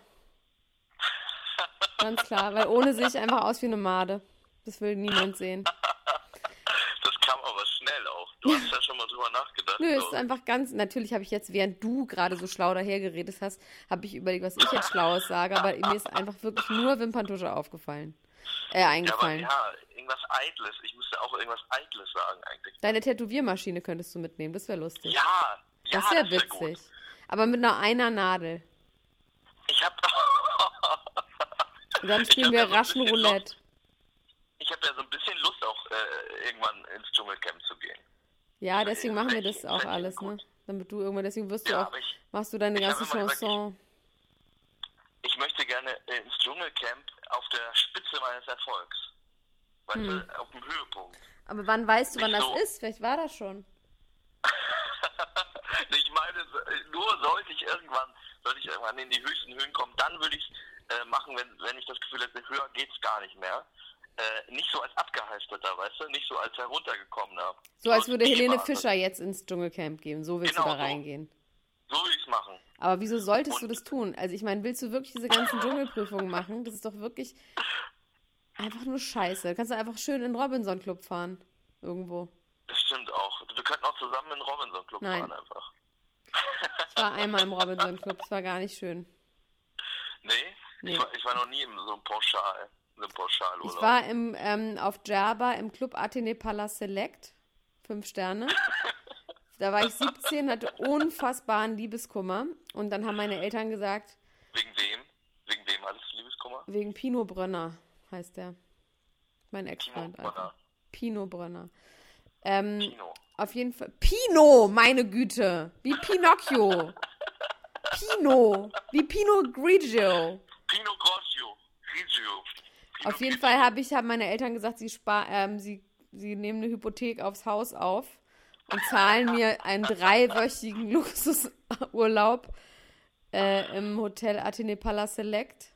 Ganz klar, weil ohne sehe ich einfach aus wie eine Made. Das will niemand sehen. Das kam aber schnell auch. Du [LAUGHS] hast ja schon mal drüber nachgedacht. Nö, es glaub ist ich. einfach ganz. Natürlich habe ich jetzt, während du gerade so schlau dahergeredet hast, habe ich überlegt, was ich jetzt Schlaues sage, aber mir ist einfach wirklich nur Wimperntusche aufgefallen. Äh, ja, aber eingefallen. ja, irgendwas Eitles. Ich müsste auch irgendwas Eitles sagen eigentlich. Deine Tätowiermaschine könntest du mitnehmen, das wäre lustig. Ja, ja, das wäre wär witzig. gut. Aber mit nur einer Nadel. Ich habe Und dann [LAUGHS] Ich spielen hab wir da so ein raschen bisschen Roulette. ich hab ja so ein bisschen Lust auch äh, irgendwann ins Dschungelcamp zu gehen. Ja, deswegen machen wir das Fändchen- auch Fändchen alles, ne? gut. Damit du irgendwann, deswegen wirst du Ja, auch, aber ich- machst du deine ich hab ganze immer gesagt, ich- Chanson. ich möchte gerne äh, ins Dschungelcamp auf der Spitze meines Erfolgs. Weißt Hm. du, auf dem Höhepunkt. [LAUGHS] Aber wann weißt du, wann Nicht das so. ist? Vielleicht war das schon. Ich meine, so- äh, nur sollte ich irgendwann, sollte ich irgendwann in die höchsten Höhen kommen, dann würde ich äh, machen, wenn, wenn ich das Gefühl hätte, höher geht's gar nicht mehr. Äh, nicht so als abgeheisterter, weißt du, nicht so als heruntergekommener. So als würde ich Helene war. Fischer jetzt ins Dschungelcamp gehen. So willst du Genau da so. reingehen. So würde ich es machen. Aber wieso solltest du das tun? Also ich meine, willst du wirklich diese ganzen Dschungelprüfungen machen? Das ist doch wirklich einfach nur scheiße. Du kannst du einfach schön in den Robinson Club fahren. Irgendwo. Das stimmt auch. Wir könnten auch zusammen in den Robinson Club Nein. fahren einfach. Ich war einmal im Robinson Club. Das war gar nicht schön. Nee? Nee. Ich, war, ich war noch nie in so einem Pauschal, in so einem Pauschalurlaub. Ich war im, ähm, auf Djerba im Club Athene Palace Select. Fünf Sterne. Da war ich 17, hatte unfassbaren Liebeskummer. Und dann haben meine Eltern gesagt, Wegen wem? Wegen wem alles Liebeskummer? Wegen Pino Brönner heißt der. Mein Ex-Freund. Timo Alter. Brenner. Pino Brenner. Ähm, Kino. auf jeden Fall. Pino, meine Güte. Wie Pinocchio. Pino. Wie Pino Grigio. Pino Grosio. Grigio. Auf jeden Fall habe ich, haben meine Eltern gesagt, sie, spar, ähm, sie, sie nehmen eine Hypothek aufs Haus auf und zahlen mir einen dreiwöchigen Luxusurlaub äh, im Hotel Athene Palace Select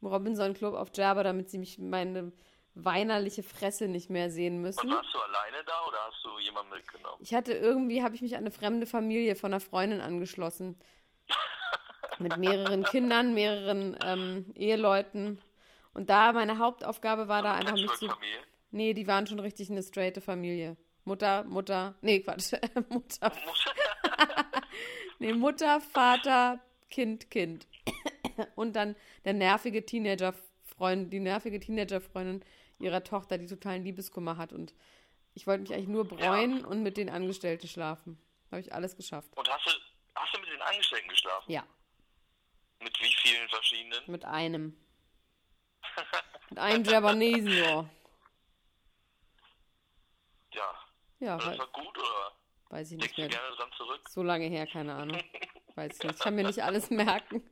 im Robinson Club auf Java, damit sie mich meine weinerliche Fresse nicht mehr sehen Und müssen. warst du alleine da oder hast du jemanden mitgenommen? Ich hatte irgendwie, habe ich mich an eine fremde Familie von einer Freundin angeschlossen. Mit mehreren Kindern, mehreren ähm, Eheleuten. Und da meine Hauptaufgabe war da einfach mich zu. Patchwork-Familie? Nee, die waren schon richtig eine straighte Familie. Mutter, Mutter, nee, Quatsch. [LAUGHS] Mutter, nee, Mutter, Vater, Kind, Kind. Und dann der nervige Teenager-Freund, die nervige Teenager-Freundin ihrer Tochter, die totalen Liebeskummer hat. Und ich wollte mich eigentlich nur bräunen und mit den Angestellten schlafen. Habe ich alles geschafft. Und hast du, hast du mit den Angestellten geschlafen? Ja, Mit wie vielen verschiedenen? mit einem. Mit einem Japanesen, ja. Ja. Ja, Das we war gut oder weiß ich denkst nicht du mehr. gerne dran zurück? So lange her, keine Ahnung. Weiß nicht. Ich kann mir nicht alles merken.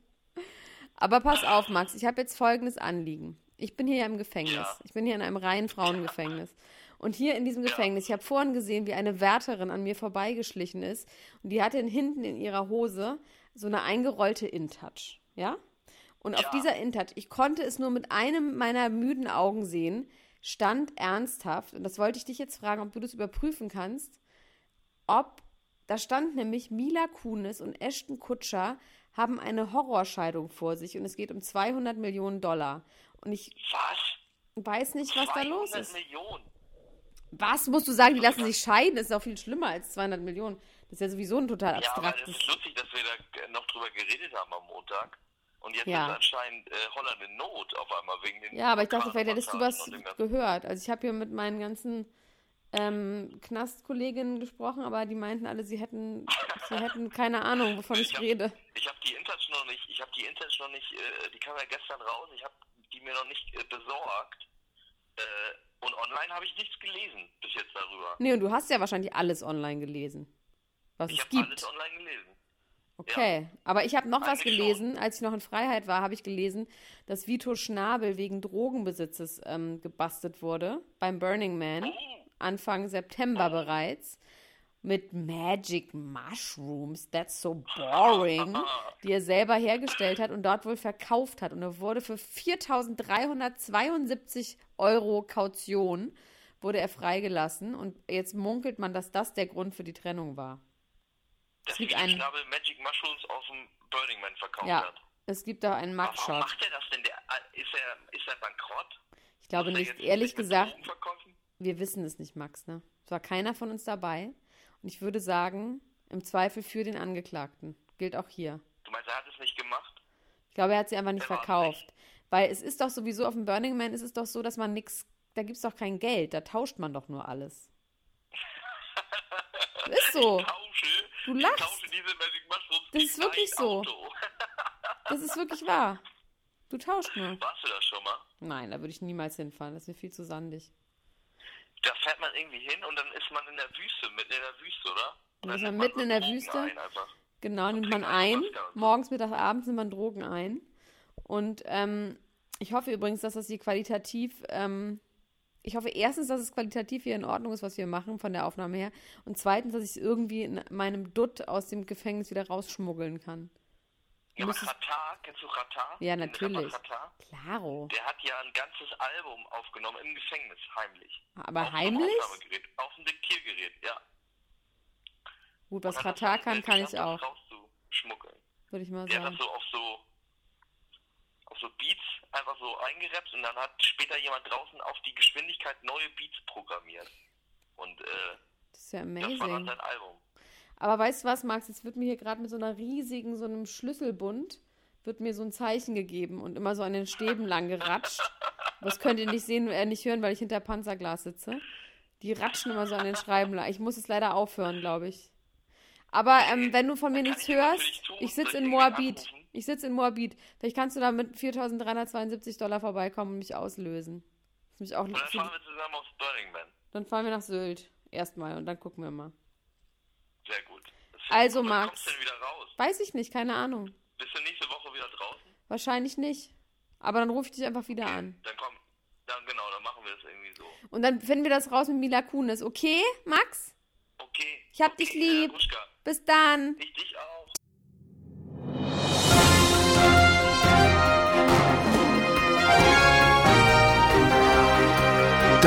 Aber pass auf, Max, ich habe jetzt folgendes Anliegen. Ich bin hier ja im Gefängnis. Ja. Ich bin hier in einem reinen Frauengefängnis. Und hier in diesem Gefängnis, ich habe vorhin gesehen, wie eine Wärterin an mir vorbeigeschlichen ist. Und die hatte hinten in ihrer Hose so eine eingerollte InTouch. Ja? Und auf Ja. dieser InTouch, ich konnte es nur mit einem meiner müden Augen sehen, stand ernsthaft, und das wollte ich dich jetzt fragen, ob du das überprüfen kannst, ob, da stand nämlich Mila Kunis und Ashton Kutscher haben eine Horrorscheidung vor sich und es geht um 200 Millionen Dollar. Und ich Was? weiß nicht, was da los 200 ist. Millionen. Was musst du sagen, die lassen sich scheiden? Das ist auch viel schlimmer als 200 Millionen. Das ist ja sowieso ein total Ja, aber das abstraktes. ist lustig, dass wir da äh, noch drüber geredet haben am Montag. Und jetzt Ja. ist anscheinend äh, Holland in Not auf einmal wegen den. Ja, aber ich dachte, vielleicht Vulkanen- hättest du was und dem ganzen- gehört. Also ich habe hier mit meinen ganzen ähm, Knastkolleginnen gesprochen, aber die meinten alle, sie hätten, [LAUGHS] sie hätten keine Ahnung, wovon ich hab- rede. Ich habe die Intouch noch nicht, ich habe die Intouch noch nicht, äh, die kam ja gestern raus, ich habe die mir noch nicht äh, besorgt. Äh, und online habe ich nichts gelesen bis jetzt darüber. Nee, und du hast ja wahrscheinlich alles online gelesen, was Ich es habe alles gibt. online gelesen. Okay, aber ich habe noch was Eigentlich schon. gelesen, als ich noch in Freiheit war, habe ich gelesen, dass Vito Schnabel wegen Drogenbesitzes ähm, gebastelt wurde beim Burning Man Anfang September bereits mit Magic Mushrooms, that's so boring, die er selber hergestellt hat und dort wohl verkauft hat. Und er wurde für 4.372 Euro Kaution wurde er freigelassen und jetzt munkelt man, dass das der Grund für die Trennung war. Dass gibt Vito einen- Schnabel Magic Mushrooms auf dem Burning Man verkauft Ja, hat. es gibt da einen Aber warum Mugshot. macht er das denn? Der, äh, ist, er, ist er bankrott? Ich glaube Ist er nicht, jetzt ehrlich nicht mit gesagt, Drogen verkaufen? wir wissen es nicht, Max, ne? Es war keiner von uns dabei. Und ich würde sagen, im Zweifel für den Angeklagten. Gilt auch hier. Du meinst, er hat es nicht gemacht? Ich glaube, er hat sie einfach nicht Er war's verkauft. Weil es ist doch sowieso auf dem Burning Man, ist es doch so, dass man nichts, da gibt es doch kein Geld, da tauscht man doch nur [LAUGHS] alles. Ist so. Tausche, Du ich lachst. Tausche diese Magic Mushrooms Das ist gegen wirklich ein so. Auto. [LAUGHS] Das ist wirklich wahr. Du tauscht nur. Warst du das schon mal? Nein, da würde ich niemals hinfahren. Das ist mir viel zu sandig. Da fährt man irgendwie hin und dann ist man in der Wüste, mitten in der Wüste, oder? Und Dann ist nimmt man mitten in der Drogen Wüste. Ein einfach. Genau, nimmt man trinkt einfach ein. Wodka und so. Morgens, Mittag, abends nimmt man Drogen ein. Und ähm, ich hoffe übrigens, dass das hier qualitativ. Ähm, ich hoffe erstens, dass es qualitativ hier in Ordnung ist, was wir machen von der Aufnahme her. Und zweitens, dass ich es irgendwie in meinem Dutt aus dem Gefängnis wieder rausschmuggeln kann. Ja, aber Muss es- Katar, kennst du Katar? Ja, Den Rapper natürlich. Katar? Klaro. Der hat ja ein ganzes Album aufgenommen im Gefängnis, heimlich. Aber Auf dem heimlich? Aufnahmegerät, Auf dem Diktiergerät, ja. Gut, was Hat das Katar alles kann, kann ich geschafft, das auch. Also Rauszuschmuggeln. Würde ich mal Der hat das sagen. so auf so auf so Beats einfach so eingerappt und dann hat später jemand draußen auf die Geschwindigkeit neue Beats programmiert. Und äh, Das ist ja das war dann amazing. sein Album. Aber weißt du was, Max? Jetzt wird mir hier gerade mit so einer riesigen, so einem Schlüsselbund, wird mir so ein Zeichen gegeben und immer so an den Stäben lang geratscht. Das könnt ihr nicht sehen, äh, nicht hören, weil ich hinter Panzerglas sitze. Die ratschen immer so an den Schreiben lang. Ich muss jetzt leider aufhören, glaube ich. Aber ähm, wenn du von mir Kann nichts ich natürlich hörst, tun, ich soll sitze ich in irgendwie Moabit. anrufen? Ich sitze in Moabit. Vielleicht kannst du da mit 4.372 Dollar vorbeikommen und mich auslösen. Ist nämlich auch Und dann fahren dann, wir zusammen aufs Burning Man. dann fahren wir nach Sylt erstmal und dann gucken wir mal. Sehr gut. Das ist Also, gut. Max. Wann kommst du denn wieder raus? Weiß ich nicht, keine Ahnung. Bist du nächste Woche wieder draußen? Wahrscheinlich nicht. Aber dann rufe ich dich einfach wieder an. Dann komm. Dann genau, dann machen wir das irgendwie so. Und dann finden wir das raus mit Mila Kunis. Okay, Max? Okay. Ich hab okay, dich lieb. äh, Ruschka, Bis dann. ich dich auch.